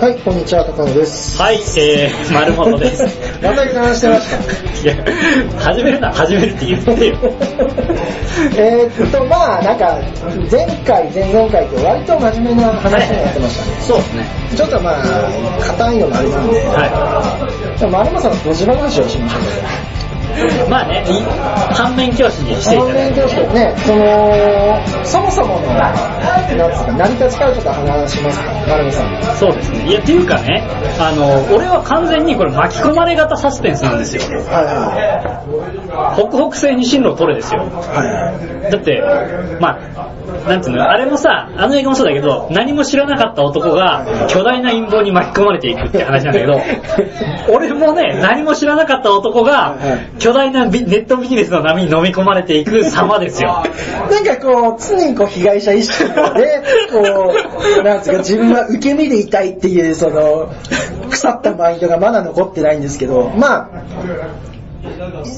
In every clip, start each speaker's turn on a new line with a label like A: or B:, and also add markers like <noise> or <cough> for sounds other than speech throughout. A: はい、こんにちは、高野です。 <laughs>
B: はい、えー、丸本です。
A: また話してました。
B: いや、始めるな、始めるって言ってよ。
A: えーっと、まあなんか、前回、前々回と割と真面目な話になってましたね。
B: そうですね。
A: ちょっとまあ硬いのもあれなんで、
B: は
A: でも丸間さんのドジ話をしましょうよ。
B: い。まあね、い反面教師にしてい
A: 反
B: ただ
A: 面
B: い
A: 教
B: て。
A: 師とね、その、そもそもの、なんつうか、成り立ちからちょっと話しますか、丸間さん。
B: そうですね。いや、っていうかね、あの、俺は完全にこれ巻き込まれ型サスペンスなんですよ。
A: はいはい。
B: 北北西に進路を取れですよ。だって、まあ、なんていうの、あれもさ、あの映画もそうだけど、何も知らなかった男が巨大な陰謀に巻き込まれていくって話なんだけ <laughs> ど、俺もね、何も知らなかった男が
A: はいはい
B: 巨大なビネットビジネスの波に飲み込まれていく様ですよ。
A: なんかこう、常にこう被害者意識で、こう、なんつうか自分は受け身でいたいっていう、その、腐ったマインドがまだ残ってないんですけど、まあ、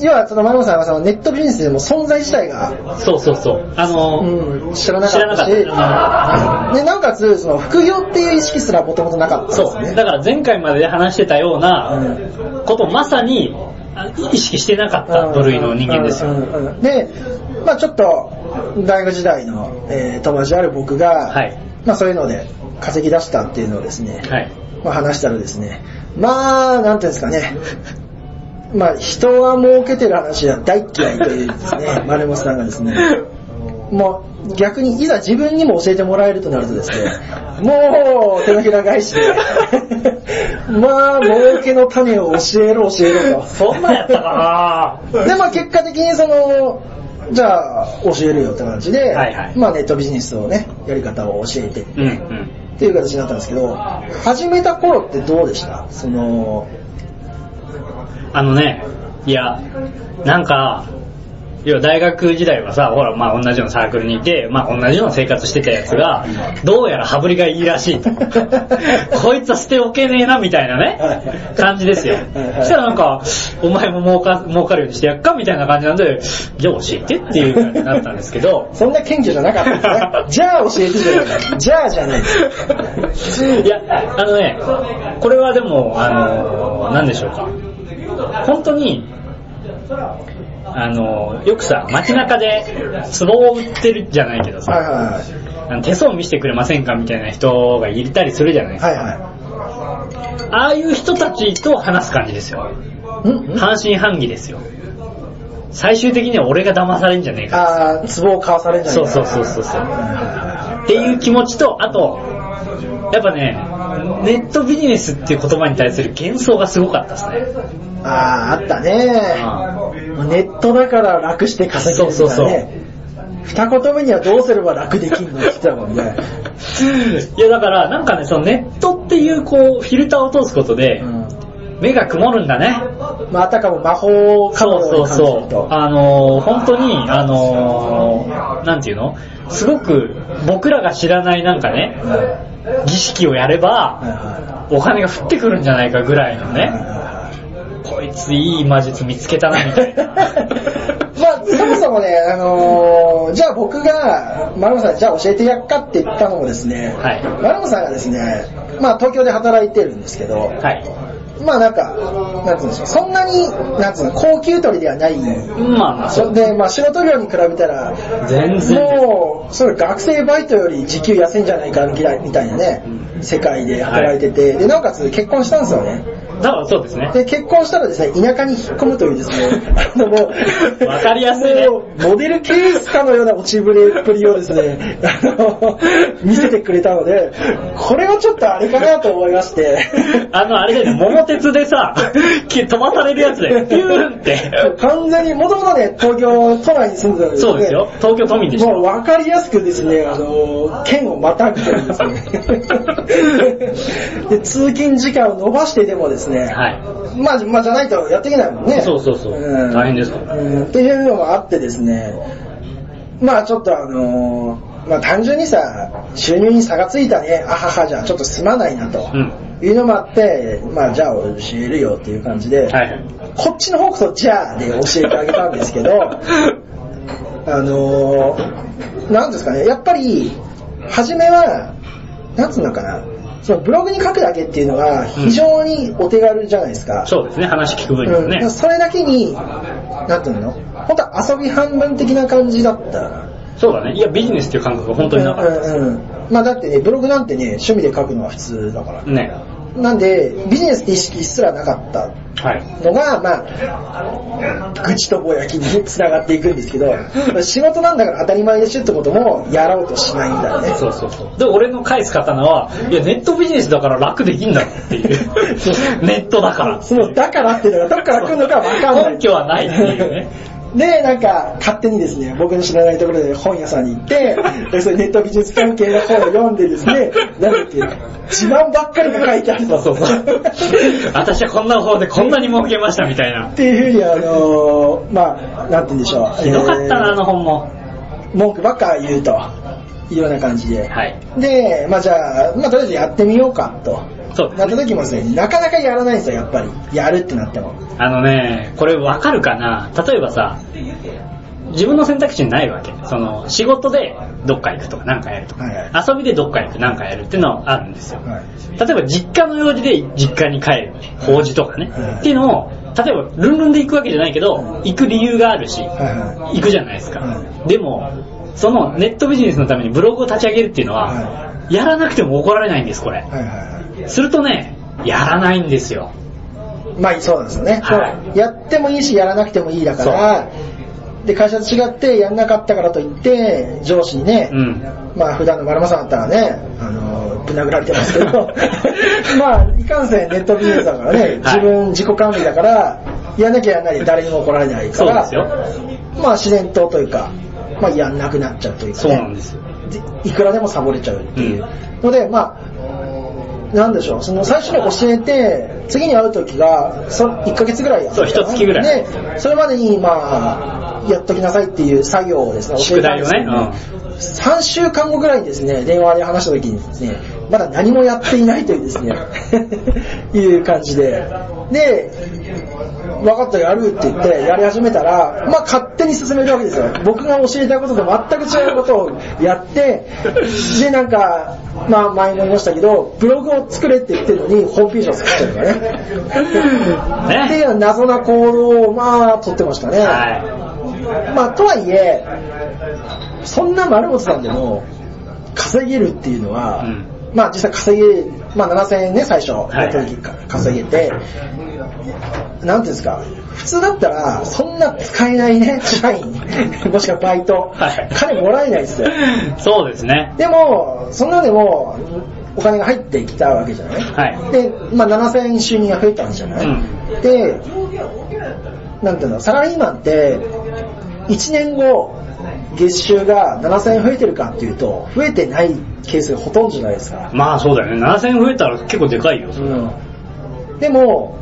A: 要はその、マリモさんはそのネットビジネスでも存在自体が、
B: そうそうそう。あの、
A: うん、知らなかったし、
B: 知らなか
A: で、なおかつ、その、副業っていう意識すらもともとなかったん
B: そう。
A: ですね。
B: だから前回までで話してたようなことをまさにあ意識してなかった部類の人間ですよ。
A: うんうんうんで、まあちょっと、大学時代の、えー友達である僕が、
B: はい。
A: まあそういうので稼ぎ出したっていうのをですね、
B: はい。
A: まあ、話したらですね、まあ、なんていうんですかね、まあ、人は儲けてる話は大嫌いというです
B: <laughs>
A: ね、丸本さんがですね、もう逆にいざ自分にも教えてもらえるとなるとですね、もう手のひら返しで、 <laughs> まあ、儲けの種を教えろ教えろと。
B: そんなんやったか
A: で、まあ結果的にその、じゃあ教えるよって感じで、
B: はいはい
A: まあネットビジネスのね、やり方を教えて
B: なうんうん。
A: っていう形になったんですけど、始めた頃ってどうでしたその、
B: あのね、いや、なんか、要は大学時代はさ、ほら、まあ同じようなサークルにいて、まあ同じような生活してたやつが、どうやら羽振りがいいらしいと。こいつは捨ておけねえな、みたいなね、感じですよ。
A: はい
B: そ
A: はい
B: したらなんか、お前も儲か儲かるようにしてやっか、みたいな感じなんで、じゃあ教えてっていう感じになったんですけど、
A: そんな謙虚じゃなかったん
B: <laughs>
A: ですね。 <laughs> じゃあ教えてじゃない。じゃあじゃない。
B: いや、あのね、これはでも、あの、なんでしょうか。本当に、あの、よくさ、街中で壺を売ってるじゃないけど
A: はい
B: さ、
A: は
B: あの手相見せてくれませんかみたいな人がいたりするじゃない
A: い。
B: ですか。
A: はいは
B: ああいう人たちと話す感じですよ。
A: い。ん
B: 半信半疑ですよ。最終的には俺が騙されんじゃねえか。
A: あー、壺を買わされんじゃない
B: そう
A: か
B: そうそうそうそう。
A: は
B: っていう気持ちと、あと、やっぱね、ネットビジネスっていう言葉に対する幻想がすごかったですね。
A: いはいあー、あったね。ネットだから楽して稼げる
B: そ
A: と
B: う
A: か
B: そうそう
A: ね。二言目にはどうすれば楽できるのって言ってたもんね。
B: <laughs> いやだから、なんかね、そのネットっていうこう、フィルターを通すことで
A: う、ん
B: 目が曇るんだね。
A: まあ、あたかも魔法をか
B: そ
A: も
B: う
A: ような
B: そう
A: 感じだ
B: そう
A: と。。
B: あのー、本当に、あのー、なんていうのすごく僕らが知らないなんかね、儀式をやれ
A: はい
B: ば、
A: は
B: お金が降ってくるんじゃないかぐらいの
A: いはい
B: ね、
A: はい
B: こいついい魔術見つけたな、みたいな。
A: <laughs> まあ、そもそもね、あのーじゃあ僕が、丸本さん、じゃあ教えてやっかって言ったのもですね、
B: はい
A: 丸本さんがですね、まあ東京で働いてるんですけど、
B: はい。
A: まあなんか、なんつうんでしょう、そんなに、なんつうの、高級取りではない。
B: まあまあ、そ
A: そで、まあ仕事量に比べたら、
B: 全然です
A: もう、それ学生バイトより時給安いんじゃないかみたいみたいなね、世界で働いてて、で、なおかつ結婚したんですよね。
B: だからそうですね。
A: で、結婚したらですね、田舎に引っ込むというです
B: <laughs>
A: ね、あのもう、
B: わかりやすいね
A: もうモデルケースかのような落ちぶれっぷりをですね、あの、見せてくれたので、これはちょっとあれかなと思いまして、
B: あの、あれだよね、桃鉄でさ、 <laughs> き飛ばされるやつだよ。ピューンって。
A: 完全に、もともとね、東京都内に住んでたん
B: そうですよ。東京都民でした
A: もう
B: よ。
A: わかりやすくですね、あの、県をまたぐというです
B: <laughs>
A: ねで、通勤時間を延ばしてでもですね、
B: はい。
A: まあ、まあ、じゃないとやっていけないもんね。
B: そうそうそう大変ですから
A: うん。っていうのがあってですね、まあちょっとあのーまあ単純にさ、収入に差がついたね、あははじゃちょっとすまないなと。
B: うん。
A: いうのもあって、まあじゃあ教えるよっていう感じで、
B: はい。
A: こっちの方こそじゃあで教えてあげたんですけ
B: <laughs>
A: ど、あのー、なんですかね、やっぱり、初めは、なんつうのかな、そのブログに書くだけっていうのが非常にお手軽じゃないですか。
B: そうですね、話聞く
A: う
B: 分
A: ん
B: にはね。
A: それだけに、なんていうの本当は遊び半分的な感じだった。
B: そうだね。いや、ビジネスっていう感覚が本当になかったで
A: う
B: す。
A: んうんうんまあだってね、ブログなんてね、趣味で書くのは普通だから。
B: ね。
A: なんで、ビジネスって意識すらなかった
B: はい。
A: のが、まあ、愚痴とぼやきに繋がっていくんですけど、仕事なんだから当たり前でしょってこともやろうとしないんだよね。
B: そうそうそう。で、俺の返す刀は、いや、ネットビジネスだから楽できんだろっ
A: <laughs>
B: ていう。ネットだから。
A: その、だからっていうのがどっから来るのかわかんない。
B: 根拠はないってい
A: <laughs>
B: うね。
A: で、なんか、勝手にですね、僕の知らないところで本屋さんに行
B: <laughs>
A: って、でそれネット美術関係の本を読んでですね、なんだっけ、自慢ばっかりが書いてある
B: そうそう
A: <laughs>
B: そう。私はこんな方でこんなに儲けましたみたいな
A: っ。ていうふうに、あのーまあ、なんて言うんでしょう。
B: ひどかった
A: え
B: な、
A: ー
B: あの本も。
A: 文句ばっか言うというような感じで。
B: はい。
A: で、まあじゃあ、まあとりあえずやってみようかと。
B: そうです
A: なった時もですね、なかなかやらないんですよ、やっぱり。やるってなっても。
B: あのね、これわかるかな例えばさ、自分の選択肢にないわけ。その、仕事でどっか行くとかなんかやるとか、
A: はいはい
B: 遊びでどっか行くなんかやるっていうのはあるんですよ。
A: はい
B: 例えば実家の用事で実家に帰る。法事とかね。
A: はい
B: っていうのを、例えばルンルンで行くわけじゃないけど、行く理由があるし、
A: はいは
B: 行くじゃないですか。
A: は
B: でも、そのネットビジネスのためにブログを立ち上げるっていうのは、
A: は
B: やらなくても怒られないんです、これ
A: い。。はいはい
B: するとね、やらないんですよ。
A: はい。まあそうなんですよね。
B: はい
A: やってもいいし、やらなくてもいいだから、で、会社と違ってやんなかったからといって、上司にね、
B: うん。
A: まあ普段の丸山さんだったらね、あの、ぶん殴られてますけど、
B: <laughs>
A: まあいかんせんネットビジネスだからね、自分自己管理だから、やんなきゃやんないで誰にも怒られないか
B: そうで
A: ら、
B: すよ。
A: まあ自然とというか、まあやんなくなっちゃうというか、ね、
B: そうなんですよ。
A: でいくらでもサボれちゃうっていう。ので、まあ、なんでしょう、その最初に教えて、次に会う時が、そ1ヶ月ぐらいや
B: そう一月ぐらい
A: で、それまでに、まあ、やっときなさいっていう作業をですね、
B: 宿題を
A: 教え
B: ね。
A: たんですけど3週間後ぐらいにですね、電話で話した時にですね、まだ何もやっていないというですね、 <laughs> いう感じで。で、分かったやるって言ってやり始めたら、まあ勝手に進めるわけですよ。僕が教えたことと全く違うことをやって、でなんか、まあ前も言いましたけど、ブログを作れって言ってるのにホームページを作っちゃうからね。
B: ね
A: っていう謎な行動をまあ取ってましたね。
B: うん。は
A: まあ、とはいえ、そんな丸本さんでも、稼げるっていうのは、
B: うん
A: まあ実際稼げ、まあ7000円ね、最初、
B: い
A: やった時か稼げて、なんていうんですか、普通だったら、そんな使えないね、社員、もしくはバイト、
B: はい
A: 金もらえないですよ。
B: い。 <laughs> そうですね。
A: でも、そんなでも、お金が入ってきたわけじゃない、
B: はい
A: で、まあ7000円収入が増えたんじゃない、
B: うん
A: で、なんていうの、サラリーマンって、1年後、月収が7000円増えてるかっていうと、増えてないケースがほとんどじゃないですか。
B: まあそうだよね。7000増えたら結構でかいよ。
A: うん。でも、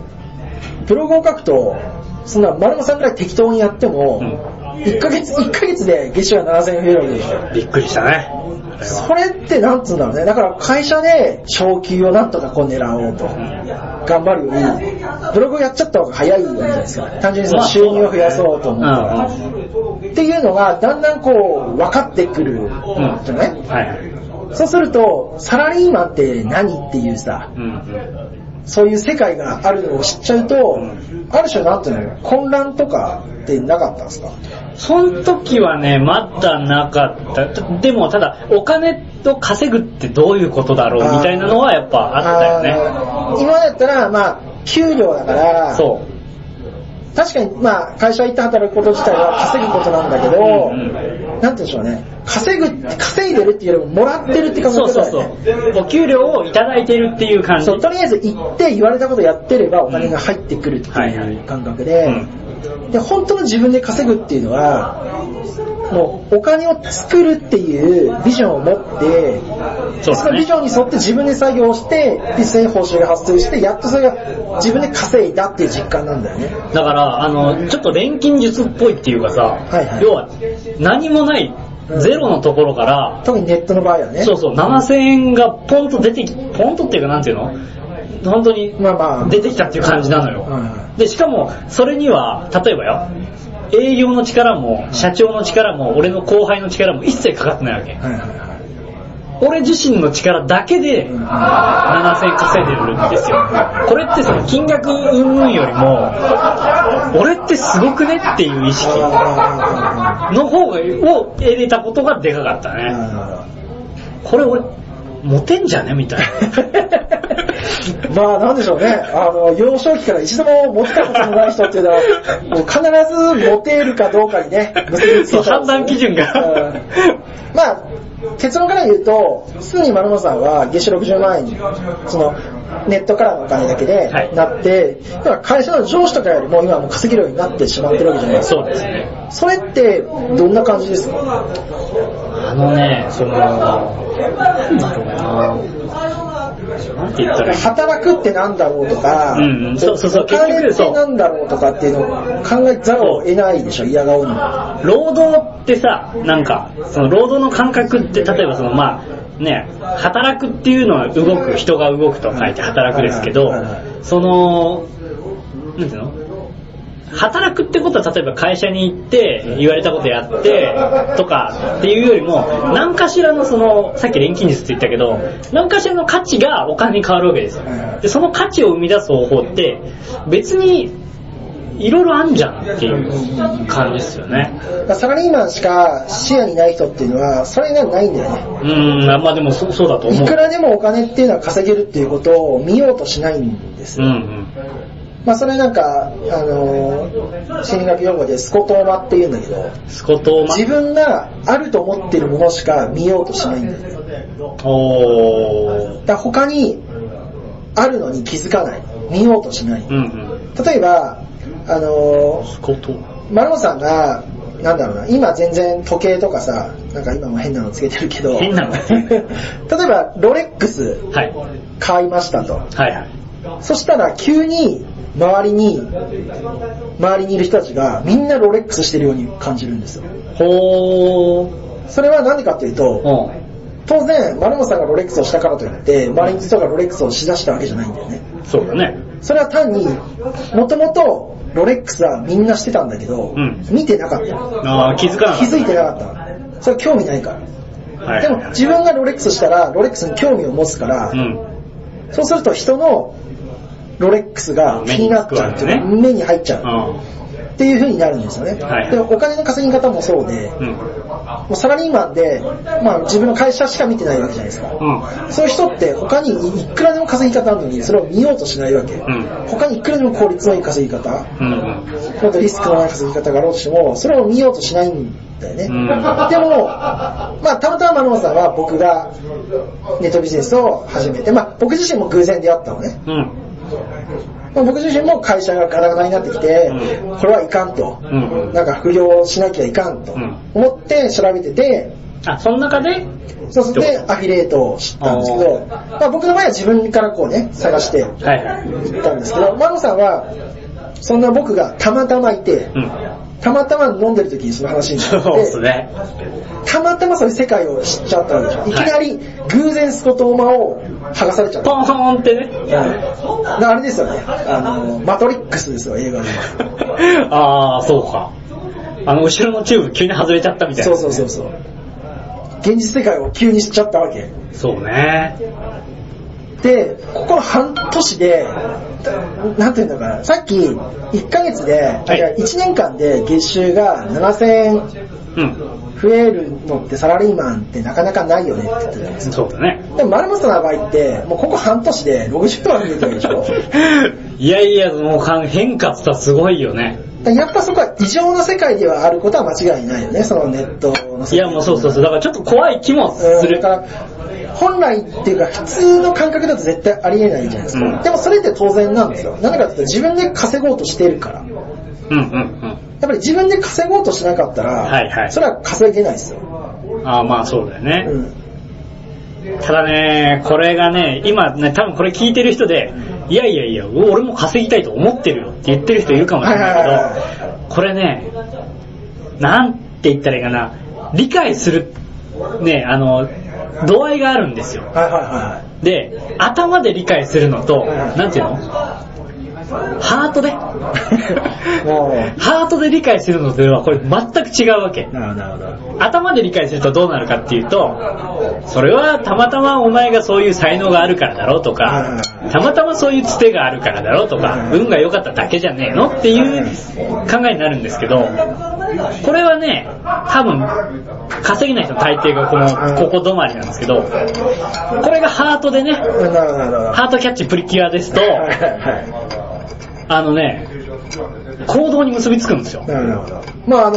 A: ブログを書くと、そんな丸間さんくらい適当にやっても、
B: うん
A: 1ヶ月、1ヶ月で月収が7000円増えるわけでしょ。
B: びっくりしたね。あれは
A: それってなんつうんだろうね。だから会社で昇給をなんとかこう狙おうと。頑張るより、ブログをやっちゃった方が早いわけじゃないですか。単純にその収入を増やそうと思ったら。
B: うんうん
A: っていうのがだんだんこう分かってくるじゃない、
B: はいはい。
A: そうすると、サラリーマンって何っていうさ、
B: うん。
A: そういう世界があるのを知っちゃうと、ある種なんていうの混乱とかってなかったんですか
B: その時はね、まだなかった。でもただ、お金と稼ぐってどういうことだろうみたいなのはやっぱあったよね。
A: あー今だったら、まあ、給料だから、
B: そ
A: 確かに、まあ、会社行って働くこと自体は稼ぐことなんだけど、
B: うん
A: なんて言うんでしょうね。稼ぐって、稼いでるっていうよりも、もらってるって
B: う。
A: 感
B: そう
A: 覚
B: そう
A: だよね。
B: そう。お給料をいただいてるっていう感じ。
A: そうとりあえず行って言われたことやってればお金が入ってくるって
B: はいはいいう
A: 感覚で、で、本当の自分で稼ぐっていうのは、もうお金を作るっていうビジョンを持って、
B: そうだね
A: のビジョンに沿って自分で作業して、実際に報酬が発生して、やっとそれが自分で稼いだっていう実感なんだよね。
B: だから、あの、ちょっと錬金術っぽいっていうかさ、
A: いはい
B: 要は、何もない、ゼロのところから、
A: 特にネットの場合はね。
B: そうそう、7000円がポンと出てき、ポンとっていうかなんていうの本当に
A: まあまあ。
B: 出てきたっていう感じなの
A: はい
B: よ。
A: は
B: で、しかも、それには、例えばよ、営業の力も、社長の力も、俺の後輩の力も一切かかってないわけ
A: い。はいはいはい。
B: 俺自身の力だけで7000稼いでるんですよ。これってその金額云々よりも、俺ってすごくねっていう意識の方が、を得れたことがでかかったね。これ俺、モテんじゃねみたいな。
A: まあなんでしょうね、あの、幼少期から一度もモテたことのない人っていうの
B: <laughs>
A: は、もう必ずモテるかどうかにね、結びつい
B: そう、
A: たん
B: 判
A: ですよね
B: 断基準が。
A: うんまあ、結論から言うと、すでに丸本さんは月収60万円に、その、ネットからのお金だけで
B: はい
A: なって、要は会社の上司とかよりも今はもう稼げるようになってしまってるわけじゃないですか。
B: <laughs> そうですね。
A: それって、どんな感じですか
B: あのね、その、なんだろうななんて言ったらいい
A: 働くってなんだろうとか、
B: うんうんそうそうそう
A: お金
B: 結
A: っ
B: 局そ
A: て
B: う
A: なんだろうとかっていうのを考えざるを得ないでしょ、嫌顔に。
B: 労働ってさ、なんか、その労働の感覚って、例えばそのまあ、ね、働くっていうのは動く、人が動くと書いて働くですけど
A: はいはいはい、
B: その、なんていうの働くってことは例えば会社に行って言われたことやってとかっていうよりも何かしらのそのさっき錬金術って言ったけど何かしらの価値がお金に変わるわけですよでその価値を生み出す方法って別にいろいろあんじゃんっていう感じですよね
A: サラリーマンしか視野にない人っていうのは、それがないんだよね。
B: うんまあでもそうそうだと思
A: いうくらでもお金っていうのは稼げるっていうことを見ようとしないんです
B: う。んうん
A: まあそれなんか、あのー心理学用語でスコトーマって言うんだけど、
B: スコトーマ
A: 自分があると思ってるものしか見ようとしないんだよね。
B: おー
A: だから他にあるのに気づかない。見ようとしない。
B: うんうん
A: 例えば、あのー
B: スコトーマ
A: 丸本さんが、なんだろうな、今全然時計とかさ、なんか今も変なのつけてるけど、
B: 変なの
A: 例えばロレックス
B: はい
A: 買いましたと。
B: はいはい
A: そしたら急に周りに、周りにいる人たちがみんなロレックスしてるように感じるんですよ。
B: ほー
A: それは何でかっていうと、
B: う
A: 当然、丸本さんがロレックスをしたからといって、周りの人がロレックスをしだしたわけじゃないんだよね。
B: んそうだね
A: それは単に、もともとロレックスはみんなしてたんだけど、
B: うん
A: 見てなかった。
B: ああ気づかなかった
A: 気づいてなかった。それ興味ないから。
B: はい
A: でも自分がロレックスしたら、ロレックスに興味を持つから、
B: うん
A: そうすると人のロレックスが気になっちゃうっていうか
B: 目に
A: 目に入っちゃう。
B: うん
A: っていう風になるんですよね。
B: はい
A: でお金の稼ぎ方もそうで、
B: うん
A: もうサラリーマンで、まあ自分の会社しか見てないわけじゃないですか。
B: うん
A: そういう人って他にいくらでも稼ぎ方あるのにそれを見ようとしないわけ。
B: ん
A: 他にいくらでも効率のいい稼ぎ方、
B: うん
A: もっとリスクのない稼ぎ方があろうとしても、それを見ようとしないんだよね。
B: うん
A: でも、まあたまたま丸本さんは僕がネットビジネスを始めて、まあ僕自身も偶然出会ったのね。
B: うん
A: まあ僕自身も会社がガラガラになってきて、
B: う
A: これはいかんと、
B: うんうん
A: なんか副業しなきゃいかんと
B: うん
A: 思って調べてて、
B: あその中で
A: そうするとアフィリエイトを知ったんですけど、まあ、僕の場合は自分からこうね、探して行
B: はいはい
A: ったんですけど、マロさんは、そんな僕がたまたまいて、
B: うん
A: たまたま飲んでる時にその話にな
B: そうです
A: って、
B: ね
A: たまたまそういう世界を知っちゃったわけでしょ。いきなり偶然スコトーマを剥がされちゃった。
B: ポーンってね
A: はい、あれですよね。あの、マトリックスですよ、映画で。
B: ああそうかあの後ろのチューブ急に外れちゃったみたいな
A: そうそうそうそう。現実世界を急に知っちゃったわけ。
B: そうね
A: で、ここの半年で、なんていうのかな、さっき1ヶ月で、
B: い
A: いや1年間で月収が7000円
B: うん
A: 増えるのってサラリーマンってなかなかないよねって言ってたじゃないですか。
B: そうだね
A: でも丸本さんの場合って、もうここ半年で60万増えてるでしょ
B: <laughs> いやいやもうかん変化っつったらすごいよね
A: だからやっぱそこは異常な世界ではあることは間違いないよね、そのネットの世界
B: いやもうそうそうそうだからちょっと怖い気もす
A: う
B: る
A: んだから本来っていうか普通の感覚だと絶対ありえないじゃないですか、
B: うん
A: でもそれって当然なんですよなんでかっていうと自分で稼ごうとしてるからやっ
B: うんうん
A: ぱり自分で稼ごうとしなかったら、
B: はいはい
A: それは稼げないですよ、
B: うんああまあそうだよね
A: うん、
B: ただね、これがね、今ね、多分これ聞いてる人で、いやいやいや、俺も稼ぎたいと思ってるよって言ってる人いるかもしれないけど、これね、なんて言ったらいいかな、理解する、ね、あの、度合いがあるんですよ。
A: はいはいはい
B: で、頭で理解するのと、なんていうのハート <laughs> で。ハートで理解するのとはこれ全く違うわけ。
A: なるほど、なるほど。
B: 頭で理解するとどうなるかっていうと、それはたまたまお前がそういう才能があるからだろうとか、たまたまそういうつてがあるからだろうとか、運が良かっただけじゃねえのっていう考えになるんですけど、これはね、多分、稼ぎない人の大抵がこの、ここ止まりなんですけど、これがハートでね、
A: なるほど、なるほど。
B: ハートキャッチプリキュアですと、
A: は
B: あのね、行動に結びつくんですよ
A: い。。なるほど。まああの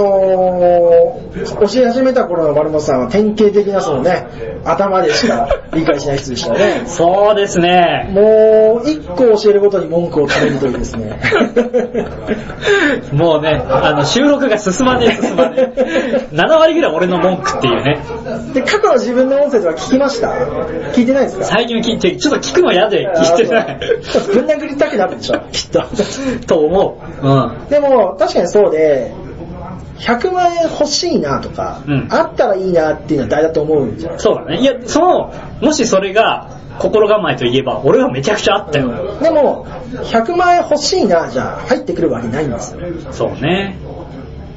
A: ー、教え始めた頃の丸本さんは典型的なそのね、頭でしか理解しない人でしたよ
B: <laughs>
A: ね。
B: そうですね。
A: もう、一個教えるごとに文句を垂れるというです
B: <laughs>
A: ね。
B: もうね、あの、収録が進まねえ、進まねえ。7割ぐらい俺の文句っていうね。
A: で、過去の自分の音声とか聞きました聞いてないですか
B: 最近聞いて、ちょっと聞くの嫌で聞いてない。
A: ぶん殴りたくなるでしょ、きっ <laughs> と。
B: と思う。うん。
A: でも、確かにそうで、100万円欲しいなとか、
B: うん
A: あったらいいなっていうのは誰だと思うんじゃない
B: そうだね。いや、その、もしそれが心構えといえば、俺はめちゃくちゃあったよ。
A: でも、100万円欲しいなじゃ入ってくるわけないんですよ。
B: そうね。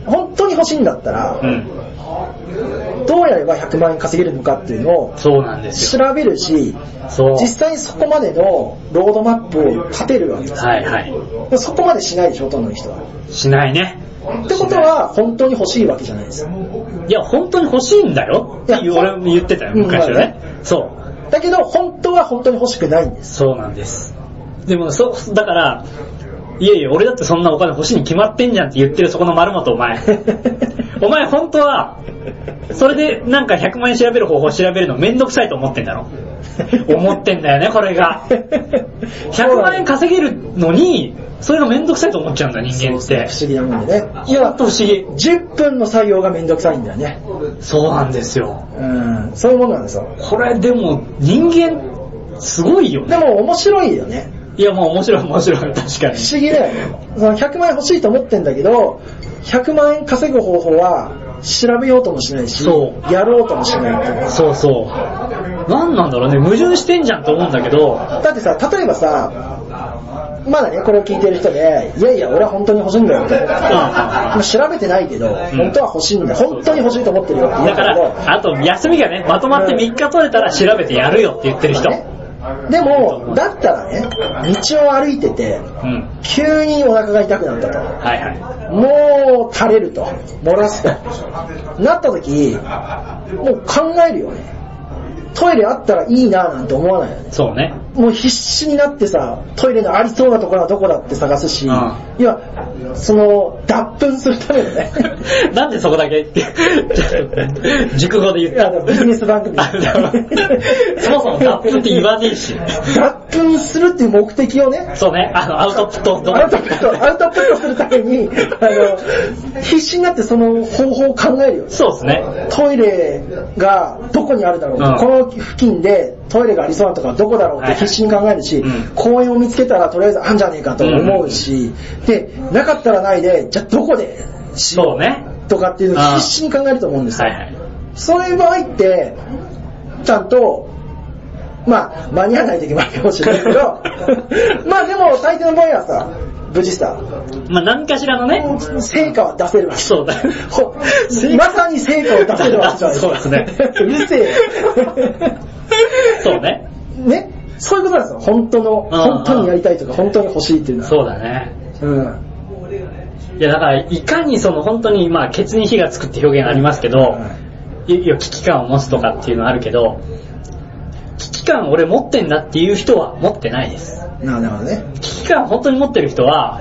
A: 本当に欲しいんだった
B: う
A: ら、
B: ん。
A: どうやれば100万円稼げるのかっていうのを
B: そうなんですよ。
A: 調べるし、
B: そう。
A: 実際にそこまでのロードマップを立てるわけです。
B: はいは
A: でそこまでしないでしょ、ほとんどの人は。
B: い。しないね。
A: ってことは、本当に欲しいわけじゃないですよ。
B: いや、本当に欲しいんだよっていう
A: いや
B: 俺も言ってたよ、
A: うん
B: 昔はね。そう。
A: だけど、本当は本当に欲しくないんです。
B: そうなんです。でも、そ、だから、いやいや、俺だってそんなお金欲しいに決まってんじゃんって言ってるそこの丸本お
A: <laughs>
B: 前。お前本当は、それでなんか100万円調べる方法を調べるのめんどくさいと思ってんだろ。思ってんだよね、こ
A: <laughs>
B: れが。100万円稼げるのに、それがめんどくさいと思っちゃうんだ、人間って。
A: 不思議なもんでね。い
B: ほん
A: や
B: と、不思議。
A: 10分の作業がめんどくさいんだよね。
B: そうなんですよ。
A: うん、そういうものなんですよ。
B: これでも、人間、すごいよ
A: で
B: ね。
A: も面白いよね。
B: いや、まあ面白い面白い、確かに
A: 不。思議だよね。その100万円欲しいと思ってんだけど、100万円稼ぐ方法は調べようともしないし、
B: そう
A: やろうともしないっていう
B: そうそう。なんなんだろうね、矛盾してんじゃんと思うんだけど、
A: だってさ、例えばさ、まだね、これを聞いてる人で、いやいや、俺は本当に欲しいんだよって。まあ調べてないけど、本当は欲しいんだよ。本当に欲しいと思ってるよって言う
B: だ
A: ん
B: か
A: だけど、
B: ら、あと休みがね、まとまって3日取れたら調べてやるよって言ってる人。
A: でも、だったらね、道を歩いてて、
B: うん。
A: 急にお腹が痛くなったと。
B: はいは
A: もう垂れると、漏らすと。なった時、もう考えるよね。トイレあったらいいななんて思わないよね。
B: い。そうね。 <laughs>
A: もう必死になってさ、トイレのありそうなところはどこだって探すし、
B: うん
A: いや、その、脱粉するための
B: <laughs>
A: ね、
B: なんでそこだけって、ちょっと熟語で言っ
A: いや
B: た <laughs>
A: あ。のビジネス番組 <laughs>
B: あのそもそもラップって言わねえし。
A: 脱粉するっていう目的をね、
B: そうね、あの、アウトプット
A: アウトプット、アウトプットするために、あの、必死になってその方法を考えるよね。
B: そうですね。
A: トイレがどこにあるだろうと、
B: うん
A: この付近でトイレがありそうなとこはどこだろうって必死に考えるし、
B: はいうん
A: 公園を見つけたらとりあえずあんじゃねえかと思うし、で、なかったらないで、じゃあどこでし
B: そう
A: よ
B: ね。
A: うとかっていうのを必死に考えると思うんです
B: は
A: よ。
B: いはい。
A: そういう場合って、ちゃんと、まあ、間に合わない時もあるかもしれないけ <laughs> ど、まあでも大抵の場合はさ、無事さ、
B: まあ何かしらのね、
A: 成果は出せるわけ。
B: そうだ。
A: ほまさに成果を出せるわけじゃない
B: そうですね
A: うるせえ
B: そうね。
A: よ。ねそういうことなんですよ。本当の、
B: うん
A: 本当にやりたいとか、本当に欲しいっていうのは。
B: そうだね。
A: うん。
B: いやだから、いかにその本当に、まあ、ケツに火がつくって表現ありますけど、いいや危機感を持つとかっていうのはあるけど、危機感俺持ってんだっていう人は持ってないです。
A: なるほどね。
B: 危機感本当に持ってる人は、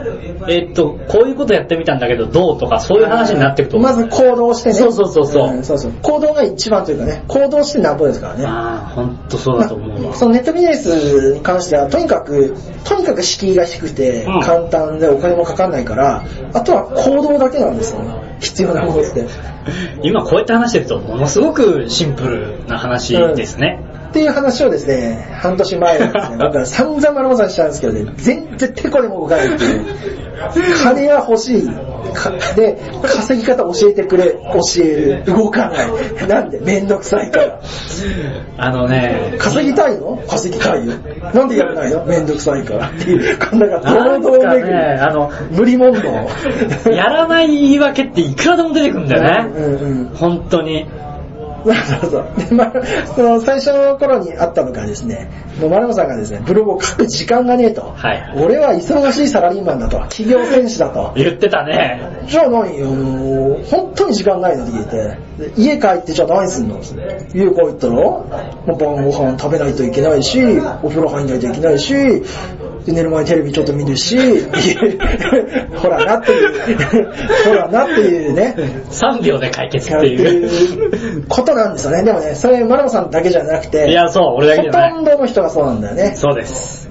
B: えっと、こういうことやってみたんだけどどうとかそういう話になっていくと思う。
A: まず行動してね。
B: そうそうそうそうん
A: そうそう。行動が一番というかね、行動してなんぼですからね。
B: ああ、本当そうだと思う
A: まあ
B: わ。
A: そのネットビジネスに関しては、とにかく、とにかく敷居が低くて
B: うん、
A: 簡単でお金もかかんないから、あとは行動だけなんですよね。必要なものって。
B: 今こうやって話してるとものすごくシンプルな話ですね。
A: っていう話をですね、半年前にで
B: <laughs>
A: すね、僕は散々丸本さんにしたんですけどね、全然手これも動かないっていう。金は欲しい。かで、稼ぎ方教えてくれ、教える。動かない。なんで、めんどくさいから。
B: あのね、
A: 稼ぎたいの稼ぎたいよ。なんでやらないのめんどくさいから。っていう、こんな
B: な
A: が
B: ん
A: 堂々
B: か
A: 巡り。
B: ね、あの、
A: 無理問答。
B: やらない言い訳っていくらでも出てくるんだよ
A: <laughs> う
B: ね。
A: んうん。
B: 本当に。
A: そうそうそう。で、まあ、その最初の頃にあったのがですね、もう丸本さんがですね、ブログを書く時間がねえと。
B: はい
A: 俺は忙しいサラリーマンだと。企業戦士だと。
B: 言ってたね。
A: じゃあ何よ、もう本当に時間ないのって聞いて、で家帰ってじゃあ何すんの家帰ったら、もう晩ご飯食べないといけないし、お風呂入んないといけないし、で寝る前にテレビちょっと見るし、 <laughs> ほらなっていう、 <laughs> ほらなっていうね、
B: 3秒で解決っ
A: や
B: て
A: るって
B: い
A: いう
B: う。
A: ことなんですよね。でもね、それ、マルモさんだけじゃなくて、
B: いや、そう、俺だけじゃ
A: ほと
B: なんい。
A: どの人がそうなんだよね。
B: そうです。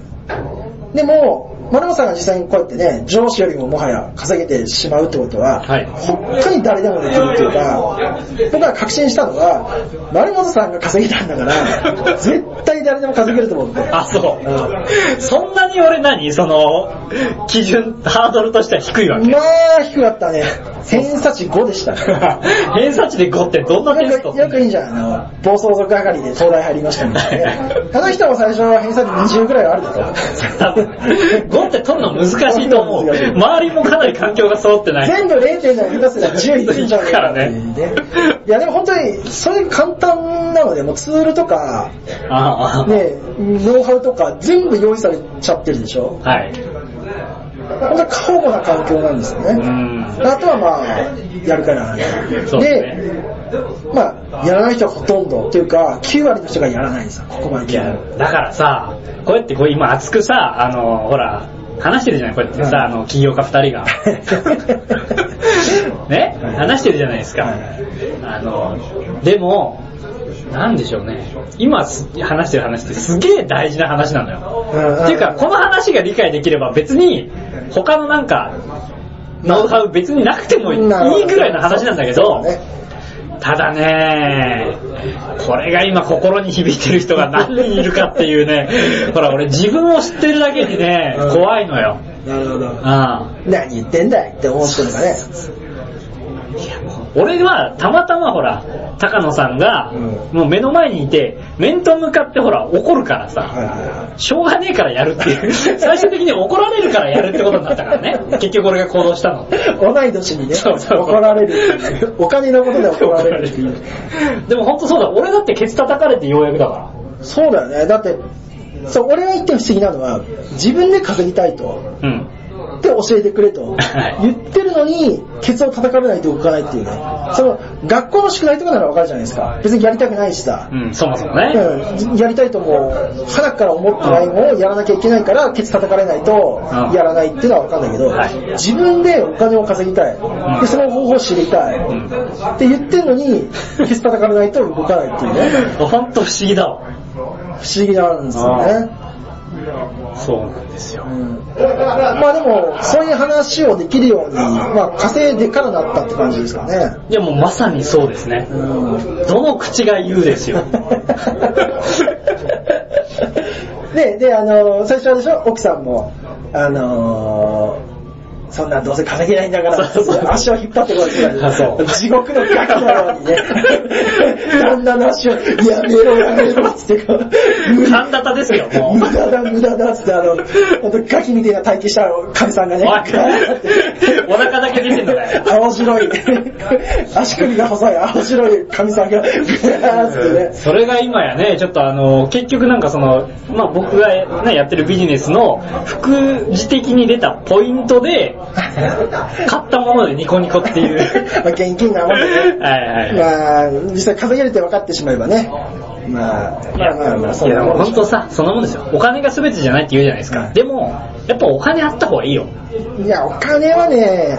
A: でも、マルモさんが実際にこうやってね、上司よりももはや稼げてしまうってことは、
B: はい
A: 本当に誰でもできるっていうか、僕が確信したのは、丸本さんが稼げたんだ
B: <laughs>
A: から、絶対誰でも稼げると思って。
B: あ、そ
A: ん
B: う。そんなに俺何その、基準、ハードルとしては低いわけ。
A: まあ、低かったね。偏差値5でした。
B: 偏差値で5ってどんなテス
A: よ
B: ト
A: くよくいいじゃん、あの、暴走族上がりで東大入りましたみたいなね。あの人も最初は偏差値20ぐらいはあるだろ。
B: 多分、5って <laughs> 取るの難しいと思う。周りもかなり環境が揃ってない。
A: 全部0点台出せたら10いくんじゃないかっていう
B: い
A: ね
B: くからね。
A: いやでも本当に、それ簡単なので、もうツールとか、
B: ああ、
A: ね、ノウハウとか全部用意されちゃってるでしょ。
B: はい。
A: 本当に過保護な環境なんですよね。
B: うん
A: あとはまあ、やるから、
B: そうですね
A: まあ、やらない人はほとんど、っていうか、9割の人がやらないんですよ、ここまで
B: い
A: 来た
B: や
A: ら。、
B: だからさ、こうやってこう今熱くさ、あの、ほら、話してるじゃない、こうやっ
A: う
B: て
A: ん。
B: さ、あの、起業家二人がね
A: はい
B: 話してるじゃないですか
A: はい。
B: あの、でも、なんでしょうね。今す話してる話ってすげえ大事な話なの
A: うん
B: よ。っていうか、この話が理解できれば別に、他のなんか、ノウハウ別になくてもいい
A: なるほど
B: ぐらいの話なんだけど、
A: そうね
B: ただね、これが今心に響いてる人
A: <laughs>
B: が何人いるかっていうね、ほら俺自分を知ってるだけにね
A: うん、
B: 怖いのよ。
A: なるほど。
B: あ
A: 何言ってんだいって思ってるのがね。
B: 俺はたまたまほら、高野さんが
A: うん
B: もう目の前にいて、面と向かってほら怒るから
A: はい
B: さ、
A: はいは
B: しょうがねえからやるって
A: <laughs>
B: いう、最終的に怒られるからやるってことになったからね、結局俺が行動したの。
A: い同い年にね、
B: そうそう
A: 怒られるっていう。お金のことで怒られるっていう。
B: でも本当そうだ、俺だってケツ叩かれてようやくだから。
A: そうだよね。だって、そう、俺が言って不思議なのは、自分で稼ぎたいと。
B: うん。
A: って教えてくれと
B: はい。
A: 言ってるのに、ケツを叩かれないと動かないっていうね。その、学校の宿題とかならわかるじゃないですか。別にやりたくないしさ。
B: うん、そもそもね。
A: うんやりたいとも、腹から思ってないものをやらなきゃいけないから、ケツ叩かれないと
B: う、ん
A: やらないっていうのはわかるんだけど、
B: はい
A: 自分でお金を稼ぎたい。
B: ん
A: で、その方法を知りたい。
B: ん
A: って言ってるのに、ケツ叩かれないと動かないっていう
B: <laughs>
A: ね、
B: ほんと不思議だわ。
A: 不思議なんですよね。
B: そうなんですよ。
A: うんまあでも、そういう話をできるように、まあ稼いでからなったって感じですかね。
B: いやもうまさにそうですね。
A: うん
B: どの口が言うで
A: <laughs>
B: すよ。
A: <laughs> で、で、あの、最初はでしょ、奥さんも、あのそんなどうせ稼げないんだから
B: そうそう、
A: 足を引っ張ってこいって言わ
B: あそ
A: れ
B: う
A: て、地獄のガキなのに
B: <laughs>
A: ね、旦那の足を、やめろやめろっつってこう、
B: 神田田ですよ、もう
A: 無。駄だ無駄だっつって、あの、ほんとガキみたいな体型した神さんがね、
B: おいお腹だけ出てんのかよ。
A: <laughs> 青白い、足首が細い青白い神
B: <laughs>
A: さんが、ぐーっつってね。
B: それが今やね、ちょっとあの、結局なんかその、まあ僕が、ね、やってるビジネスの副次的に出たポイント
A: <laughs>
B: で、買ったものでニコニコっていう。
A: まあ、現金なもんでね。
B: はいは
A: まあ、
B: い。
A: 実際稼げるって分かってしまえばね。まあ、
B: い
A: ま
B: や、
A: あまあまあ、そ
B: い
A: ん
B: や
A: なもんで
B: 本
A: しょ
B: 当さ、そんなもんですよ。お金が全てじゃないって言うじゃないですか。でも、やっぱお金あった方がいいよ。
A: いや、お金はね、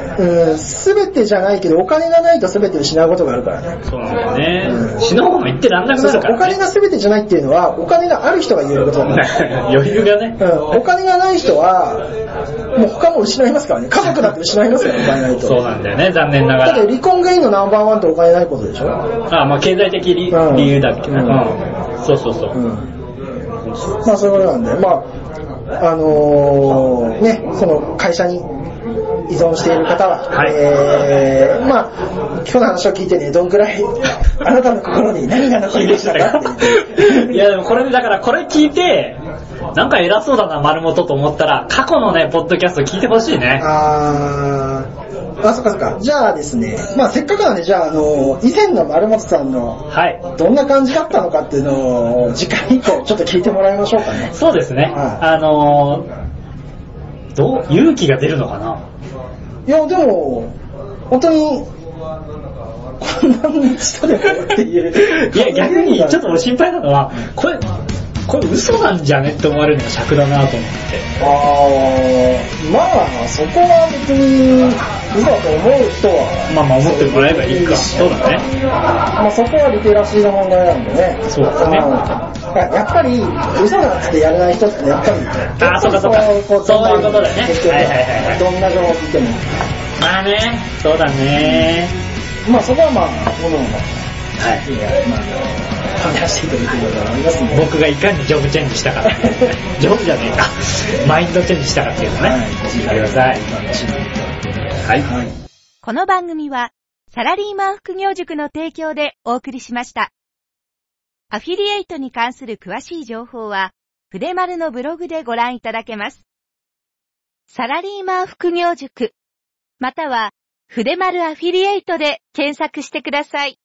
A: すべてじゃないけど、お金がないとすべて失うことがあるからね。
B: そうなんだよね。死の方も言ってらんなく
A: そう
B: な
A: そう、
B: る
A: お
B: から、
A: 金
B: ね。
A: がすべてじゃないっていうのは、お金がある人が言えることだから。
B: <laughs> 余裕がね。
A: うんお金がない人は、もう他も失いますからね。家族だって失いますから、お金ないと。
B: そうなんだよね、残念なが
A: だって
B: ら。
A: 離婚がいいのナンバーワンってお金ないことでしょ
B: あ、まあ経済的理
A: うん
B: 理由だっけな。
A: う
B: うんん。そうそうそう。 <laughs>
A: うんまあそういうことなんで、まあ、あのーね、その会社に依存している方は、
B: はい
A: えーまあ、今日の話を聞いてね、どんくらい、 <laughs> あなたの心に何が残りましたかっていう。
B: いやでもこれね、だからこれ聞いて、なんか偉そうだな、丸本と思ったら、過去のね、ポッドキャスト聞いてほしいね。
A: <laughs> あー、あ、そっかそっか。じゃあですね、まあせっかくなんで、じゃあ、あのー以前の丸本さんの、
B: はい。
A: どんな感じだったのかっていうのを、次回以降、ちょっと聞いてもらいましょうかね。
B: そうですね。
A: は
B: あのー、どう、勇気が出るのかない
A: や、でも、本当に、こんな人でもっていう。
B: いや、逆に、ちょっと俺心配なのは、これ、これ嘘なんじゃねって思われるのが尺だなと思って。
A: あー、まあ、そこは別に、嘘だと思う人は、
B: まあまあ思ってもらえばいいか。そうだね。
A: まあそこはリテラシーの問題なんでね。
B: そうですね
A: うんやっぱり、嘘だっつってやらない人ってやっぱり、
B: あーそうかそうか
A: こ
B: そういうことだね
A: 結局
B: はいはいはいはい
A: どんな情報を聞いても。
B: まあね、そうだね。
A: まあそこはまあ、ものの。
B: はい。
A: いや、まあ、話していただくことはありますね。
B: 僕がいかにジョブチェンジしたか。ジョブじゃねえか。マインドチェンジしたかっていうのね。聞いてください。はい。
A: はい。
C: この番組は、サラリーマン副業塾の提供でお送りしました。アフィリエイトに関する詳しい情報は、筆丸のブログでご覧いただけます。サラリーマン副業塾、または、筆丸アフィリエイトで検索してください。